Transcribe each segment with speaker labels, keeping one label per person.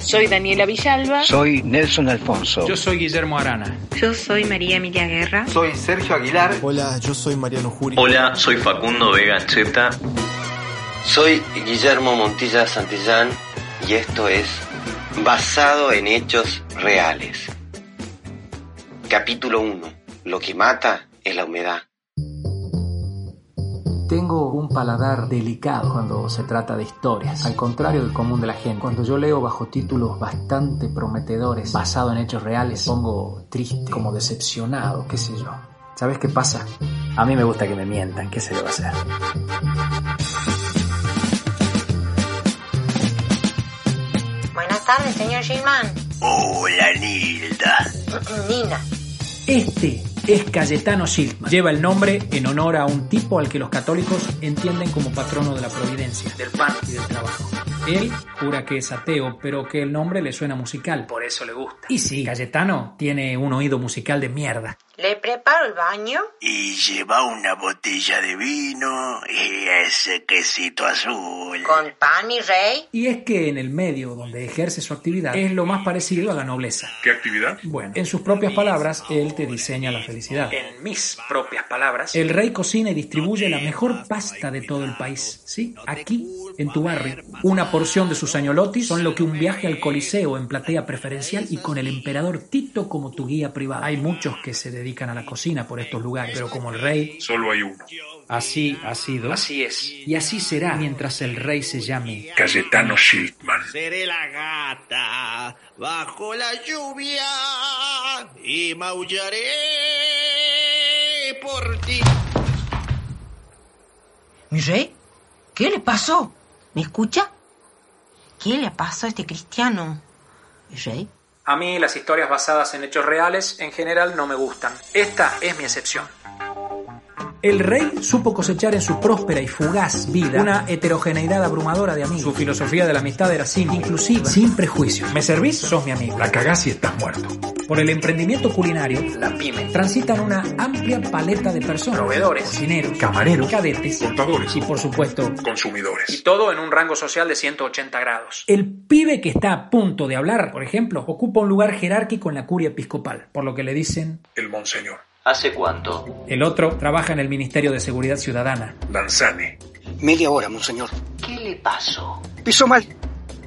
Speaker 1: Soy Daniela Villalba.
Speaker 2: Soy Nelson Alfonso.
Speaker 3: Yo soy Guillermo Arana.
Speaker 4: Yo soy María Emilia Guerra.
Speaker 5: Soy Sergio Aguilar.
Speaker 6: Hola, yo soy Mariano Juri.
Speaker 7: Hola, soy Facundo Vega Cheta.
Speaker 8: Soy Guillermo Montilla Santillán y esto es Basado en Hechos Reales. Capítulo 1. Lo que mata es la humedad.
Speaker 9: Tengo un paladar delicado cuando se trata de historias, al contrario del común de la gente. Cuando yo leo bajo títulos bastante prometedores, basado en hechos reales, pongo triste, como decepcionado, qué sé yo. ¿Sabes qué pasa? A mí me gusta que me mientan, ¿qué se le va a hacer?
Speaker 10: Buenas tardes, señor Gilman.
Speaker 11: Hola, Nilda.
Speaker 10: Nina.
Speaker 9: Este es Cayetano Siltman. Lleva el nombre en honor a un tipo al que los católicos entienden como patrono de la providencia, del pan y del trabajo. Él jura que es ateo, pero que el nombre le suena musical, por eso le gusta. Y sí, Cayetano tiene un oído musical de mierda.
Speaker 10: ¿Le preparo el baño?
Speaker 11: Y lleva una botella de vino y ese quesito azul.
Speaker 10: ¿Con pan, mi rey?
Speaker 9: Y es que en el medio donde ejerce su actividad es lo más parecido a la nobleza.
Speaker 12: ¿Qué actividad?
Speaker 9: Bueno, en sus propias palabras, él te diseña la felicidad. En mis propias palabras, el rey cocina y distribuye la mejor pasta de todo el país. ¿Sí? Aquí, en tu barrio. Una porción de sus añolotis son lo que un viaje al Coliseo en platea preferencial y con el emperador Tito como tu guía privado. Hay muchos que se dedican a la cocina por estos lugares, pero como el rey...
Speaker 12: Solo hay uno.
Speaker 9: Así ha sido. Así es. Y así será mientras el rey se llame...
Speaker 12: Cayetano Schildman.
Speaker 13: Seré la
Speaker 11: Ah,
Speaker 13: gata bajo la lluvia y maullaré por ti.
Speaker 4: ¿Mi rey? ¿Qué le pasó?
Speaker 10: ¿Me escucha? ¿Qué le pasó a este cristiano? ¿Mi rey?
Speaker 9: A mí las historias basadas en hechos reales en general no me gustan. Esta es mi excepción. El rey supo cosechar en su próspera y fugaz vida una heterogeneidad abrumadora de amigos. Su filosofía de la amistad era simple, inclusiva, sin prejuicios. ¿Me servís? Sos mi amigo.
Speaker 12: La cagás y estás muerto.
Speaker 9: Por el emprendimiento culinario, la pyme, transitan una amplia paleta de personas.
Speaker 3: Proveedores,
Speaker 9: cocineros,
Speaker 12: camareros,
Speaker 9: cadetes,
Speaker 12: contadores
Speaker 9: y por supuesto
Speaker 12: consumidores.
Speaker 9: Y todo en un rango social de 180 grados. El pibe que está a punto de hablar, por ejemplo, ocupa un lugar jerárquico en la curia episcopal, por lo que le dicen
Speaker 12: el monseñor.
Speaker 7: ¿Hace cuánto?
Speaker 9: El otro trabaja en el Ministerio de Seguridad Ciudadana.
Speaker 12: Danzani.
Speaker 14: Media hora, monseñor.
Speaker 7: ¿Qué le pasó?
Speaker 14: Pisó mal.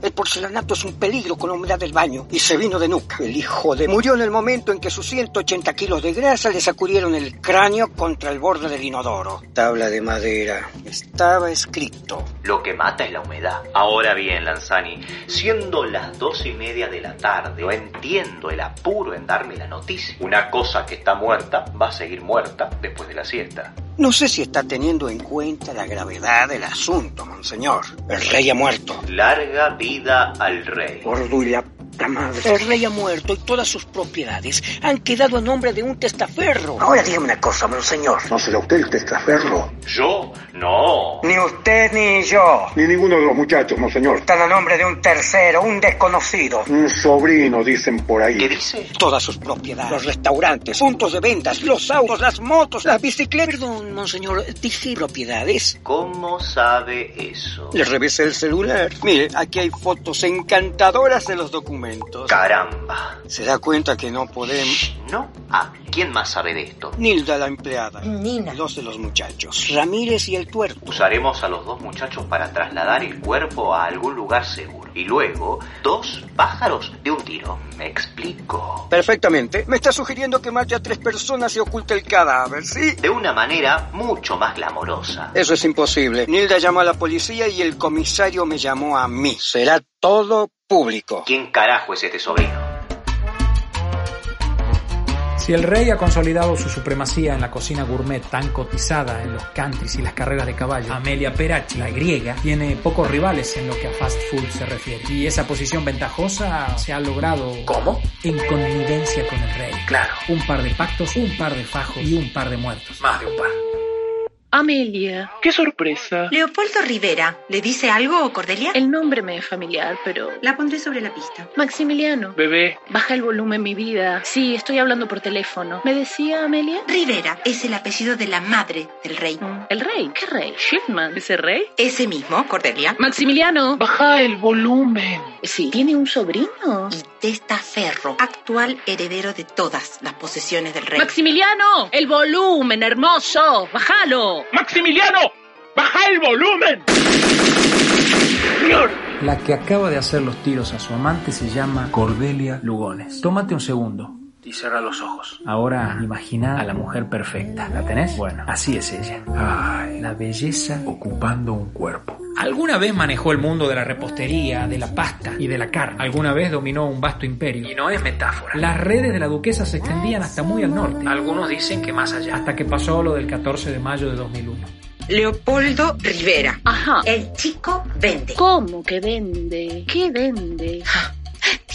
Speaker 14: El porcelanato es un peligro con la humedad del baño y se vino de nuca. El hijo de... Murió en el momento en que sus 180 kilos de grasa le sacudieron el cráneo contra el borde del inodoro. Tabla de madera. Estaba escrito.
Speaker 7: Lo que mata es la humedad. Ahora bien, Lanzani, siendo las dos y media de la tarde, yo entiendo el apuro en darme la noticia. Una cosa que está muerta va a seguir muerta después de la siesta.
Speaker 14: No sé si está teniendo en cuenta la gravedad del asunto, monseñor. El rey ha muerto.
Speaker 7: Larga vida al rey.
Speaker 14: Gordo y la puta madre. El rey ha muerto y todas sus propiedades han quedado a nombre de un testaferro.
Speaker 15: Ahora dígame una cosa, monseñor.
Speaker 16: ¿No será usted el testaferro?
Speaker 7: ¿Yo? No.
Speaker 15: Ni usted ni yo.
Speaker 16: Ni ninguno de los muchachos, monseñor.
Speaker 15: Están a nombre de un tercero, un desconocido.
Speaker 16: Un sobrino, dicen por ahí.
Speaker 7: ¿Qué dice?
Speaker 14: Todas sus propiedades. Los restaurantes, puntos de ventas, los autos, las motos, las bicicletas. Perdón, monseñor, dije propiedades.
Speaker 7: ¿Cómo sabe eso?
Speaker 14: Le revisé el celular. Mire, aquí hay fotos encantadoras de los documentos.
Speaker 7: Caramba.
Speaker 14: ¿Se da cuenta que no podemos...?
Speaker 7: Shh, no hable. ¿Quién más sabe de esto?
Speaker 14: Nilda, la empleada.
Speaker 10: Nina.
Speaker 14: Dos de los muchachos. Ramírez y el tuerto.
Speaker 7: Usaremos a los dos muchachos para trasladar el cuerpo a algún lugar seguro. Y luego, dos pájaros de un tiro. Me explico.
Speaker 14: Perfectamente. Me está sugiriendo que mate a tres personas y oculte el cadáver, ¿sí?
Speaker 7: De una manera mucho más glamorosa.
Speaker 14: Eso es imposible. Nilda llamó a la policía y el comisario me llamó a mí. Será todo público.
Speaker 7: ¿Quién carajo es este sobrino?
Speaker 9: Si el rey ha consolidado su supremacía en la cocina gourmet tan cotizada en los countries y las carreras de caballo, Amelia Perachi, la griega, tiene pocos rivales en lo que a fast food se refiere. Y esa posición ventajosa se ha logrado...
Speaker 7: ¿Cómo?
Speaker 9: En connivencia con el rey.
Speaker 7: Claro.
Speaker 9: Un par de pactos, un par de fajos y un par de muertos.
Speaker 7: Más de un par.
Speaker 1: Amelia. ¡Qué sorpresa!
Speaker 10: Leopoldo Rivera, ¿le dice algo, Cordelia?
Speaker 1: El nombre me es familiar, pero...
Speaker 10: La pondré sobre la pista.
Speaker 1: Maximiliano.
Speaker 2: Bebé.
Speaker 1: Baja el volumen, mi vida. Sí, estoy hablando por teléfono. ¿Me decía Amelia?
Speaker 10: Rivera es el apellido de la madre del rey.
Speaker 4: Mm.
Speaker 1: ¿El rey? ¿Qué rey? ¿Shipman? ¿Ese rey?
Speaker 10: Ese mismo, Cordelia.
Speaker 1: Maximiliano.
Speaker 2: Baja el volumen.
Speaker 1: Sí. ¿Tiene un sobrino?
Speaker 10: Y testaferro, actual heredero de todas las posesiones del rey.
Speaker 1: Maximiliano. El volumen, hermoso. Bájalo.
Speaker 2: Maximiliano. Baja el volumen. Señor.
Speaker 9: La que acaba de hacer los tiros a su amante se llama Cordelia Lugones. Tómate un segundo.
Speaker 2: Y cierra los ojos.
Speaker 9: Ahora imagina a la mujer perfecta. ¿La tenés? Bueno, así es ella.
Speaker 12: Ay,
Speaker 9: La belleza.
Speaker 12: ocupando un cuerpo.
Speaker 9: Alguna vez manejó el mundo de la repostería, de la pasta y de la carne. Alguna vez dominó un vasto imperio.
Speaker 2: Y no es metáfora.
Speaker 9: Las redes de la duquesa se extendían hasta muy al norte.
Speaker 2: Algunos dicen que más allá.
Speaker 9: Hasta que pasó lo del 14 de mayo de 2001.
Speaker 10: Leopoldo Rivera.
Speaker 4: Ah.
Speaker 1: Ajá.
Speaker 10: El chico vende.
Speaker 1: ¿Cómo que vende? ¿Qué vende?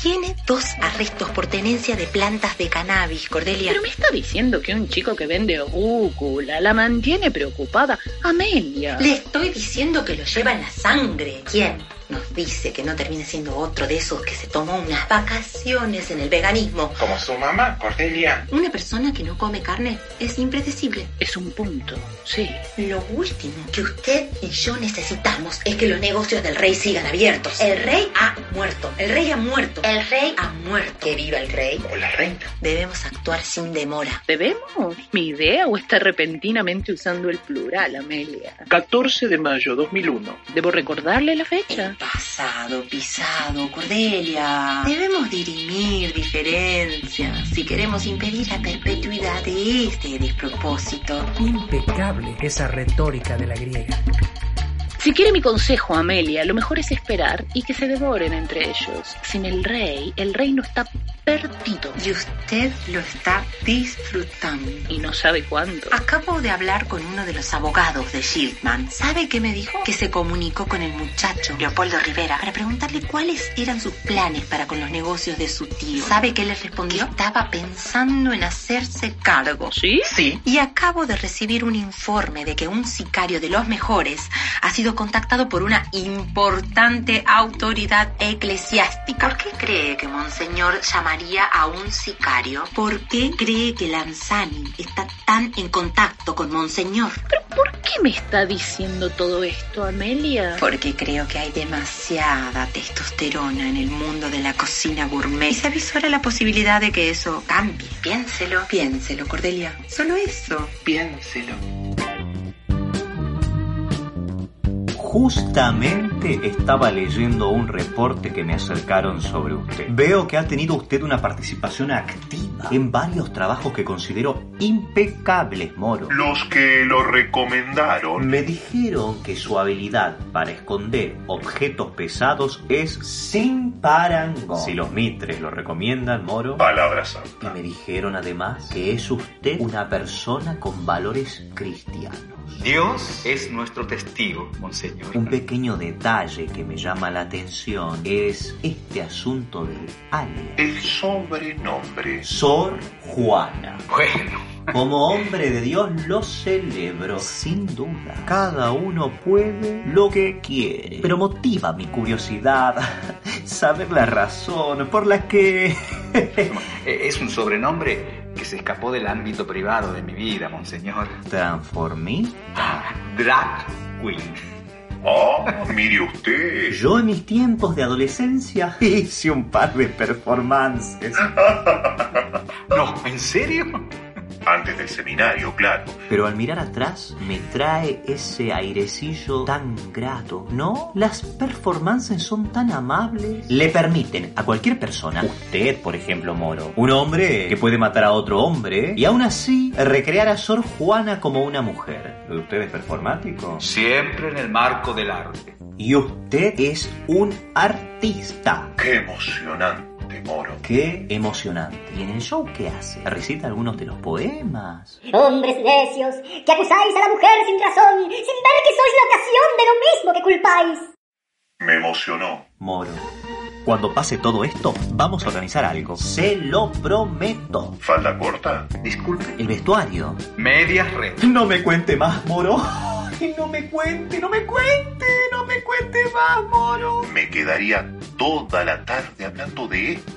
Speaker 10: Tiene dos arrestos por tenencia de plantas de cannabis, Cordelia.
Speaker 1: Pero me está diciendo que un chico que vende rúcula la mantiene preocupada. Amelia.
Speaker 10: Le estoy diciendo que lo lleva en la sangre. ¿Quién? Nos dice que no termina siendo otro de esos que se tomó unas vacaciones en el veganismo.
Speaker 8: Como su mamá, Cordelia.
Speaker 10: Una persona que no come carne es impredecible.
Speaker 1: Es un punto, sí.
Speaker 10: Lo último que usted y yo necesitamos es que los negocios del rey sigan abiertos. El rey ha muerto. El rey ha muerto. El rey ha muerto. Que viva el rey.
Speaker 8: O la reina.
Speaker 10: Debemos actuar sin demora.
Speaker 1: ¿Debemos? ¿Mi idea o está repentinamente usando el plural, Amelia?
Speaker 2: 14 de mayo 2001.
Speaker 1: ¿Debo recordarle la fecha?
Speaker 10: Pasado, pisado, Cordelia. Debemos dirimir diferencias si queremos impedir la perpetuidad de este despropósito.
Speaker 9: Impecable esa retórica de la griega.
Speaker 1: Si quiere mi consejo, Amelia, lo mejor es esperar y que se devoren entre ellos. Sin el rey, el reino está perdido
Speaker 10: Y usted lo está disfrutando.
Speaker 1: y no sabe cuándo.
Speaker 2: Ah,
Speaker 10: Acabo de hablar con uno de los abogados de Shieldman. ¿Sabe qué me dijo? Que se comunicó con el muchacho Leopoldo Rivera para preguntarle cuáles eran sus planes para con los negocios de su tío. ¿Sabe qué le respondió? Estaba pensando en hacerse cargo.
Speaker 1: ¿Sí?
Speaker 8: Sí.
Speaker 10: Y acabo de recibir un informe de que un sicario de los mejores ha sido contactado por una importante autoridad eclesiástica. ¿Por qué cree que Monseñor llamaría a un sicario? ¿Por qué cree que Lanzani está tan en contacto con Monseñor?
Speaker 1: ¿Pero por qué me está diciendo todo esto, Amelia?
Speaker 10: Porque creo que hay demasiada testosterona en el mundo de la cocina gourmet. Y se avisora la posibilidad de que eso cambie. Piénselo. Piénselo, Cordelia. Solo eso.
Speaker 8: Piénselo.
Speaker 7: Justamente estaba leyendo un reporte que me acercaron sobre usted. Veo que ha tenido usted una participación activa en varios trabajos que considero impecables, Moro.
Speaker 12: Los que lo recomendaron.
Speaker 7: Me dijeron que su habilidad para esconder objetos pesados es sin parangón. Si los mitres lo recomiendan, Moro.
Speaker 12: Palabra
Speaker 7: Y
Speaker 12: santa.
Speaker 7: me dijeron además que es usted una persona con valores cristianos.
Speaker 3: Dios es nuestro testigo, Monseñor.
Speaker 7: Un pequeño detalle que me llama la atención es este asunto del alias.
Speaker 12: El sobrenombre.
Speaker 7: Sor Juana.
Speaker 3: Bueno,
Speaker 7: Como hombre de Dios lo celebro, sin duda. Cada uno puede lo que quiere. Pero motiva mi curiosidad saber la razón por la que...
Speaker 3: eh, es un sobrenombre que se escapó del ámbito privado de mi vida, Monseñor.
Speaker 7: Transformí.
Speaker 3: Drag Queen.
Speaker 12: Ah, mire usted.
Speaker 7: Yo en mis tiempos de adolescencia hice un par de performances.
Speaker 3: No, ¿en serio?
Speaker 12: Antes del seminario, claro.
Speaker 7: Pero al mirar atrás me trae ese airecillo tan grato, ¿no? Las performances son tan amables. Le permiten a cualquier persona, usted por ejemplo, Moro, un hombre que puede matar a otro hombre y aún así recrear a Sor Juana como una mujer. ¿Lo de usted es performático?
Speaker 3: Siempre en el marco del arte.
Speaker 7: Y usted es un artista.
Speaker 12: Qué emocionante, Moro.
Speaker 7: Qué emocionante. ¿Y en el show qué hace? ¿Recita algunos de los poemas?
Speaker 5: Hombres necios, que acusáis a la mujer sin razón, sin ver que sois la ocasión de lo mismo que culpáis.
Speaker 12: Me emocionó.
Speaker 7: Moro, Cuando pase todo esto, vamos a organizar algo. Se lo prometo.
Speaker 12: ¿Falda corta?
Speaker 7: Disculpe. El vestuario.
Speaker 3: Medias red.
Speaker 7: No me cuente más, moro. Ay, no me cuente, no me cuente, no me cuente más, moro.
Speaker 12: Me quedaría toda la tarde hablando de esto.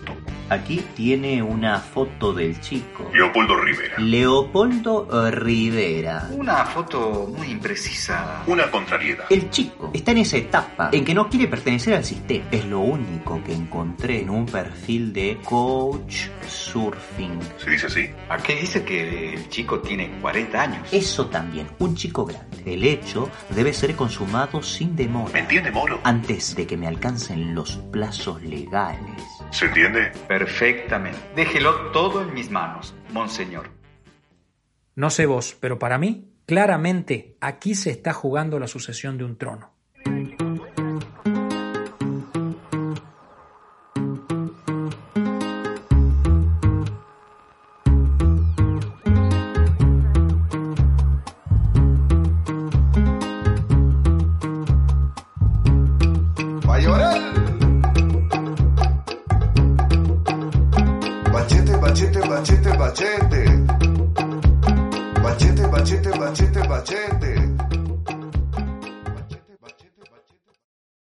Speaker 7: Aquí tiene una foto del chico.
Speaker 12: Leopoldo Rivera.
Speaker 7: Leopoldo eh, Rivera.
Speaker 3: Una foto muy imprecisa.
Speaker 12: Una contrariedad.
Speaker 7: El chico está en esa etapa en que no quiere pertenecer al sistema. Es lo único que encontré en un perfil de coach surfing.
Speaker 12: ¿Se dice así?
Speaker 3: Aquí dice que el chico tiene 40 años.
Speaker 7: Eso también, un chico grande. El hecho debe ser consumado sin demora.
Speaker 12: ¿Me entiende, Moro?
Speaker 7: Antes de que me alcancen los plazos legales.
Speaker 12: ¿Se entiende?
Speaker 3: Perfectamente. Déjelo todo en mis manos, monseñor.
Speaker 9: No sé vos, pero para mí, claramente, aquí se está jugando la sucesión de un trono.
Speaker 6: Va a llorar. Bachete, bachete, bachete, bachete. Bachete, bachete, bachete, bachete.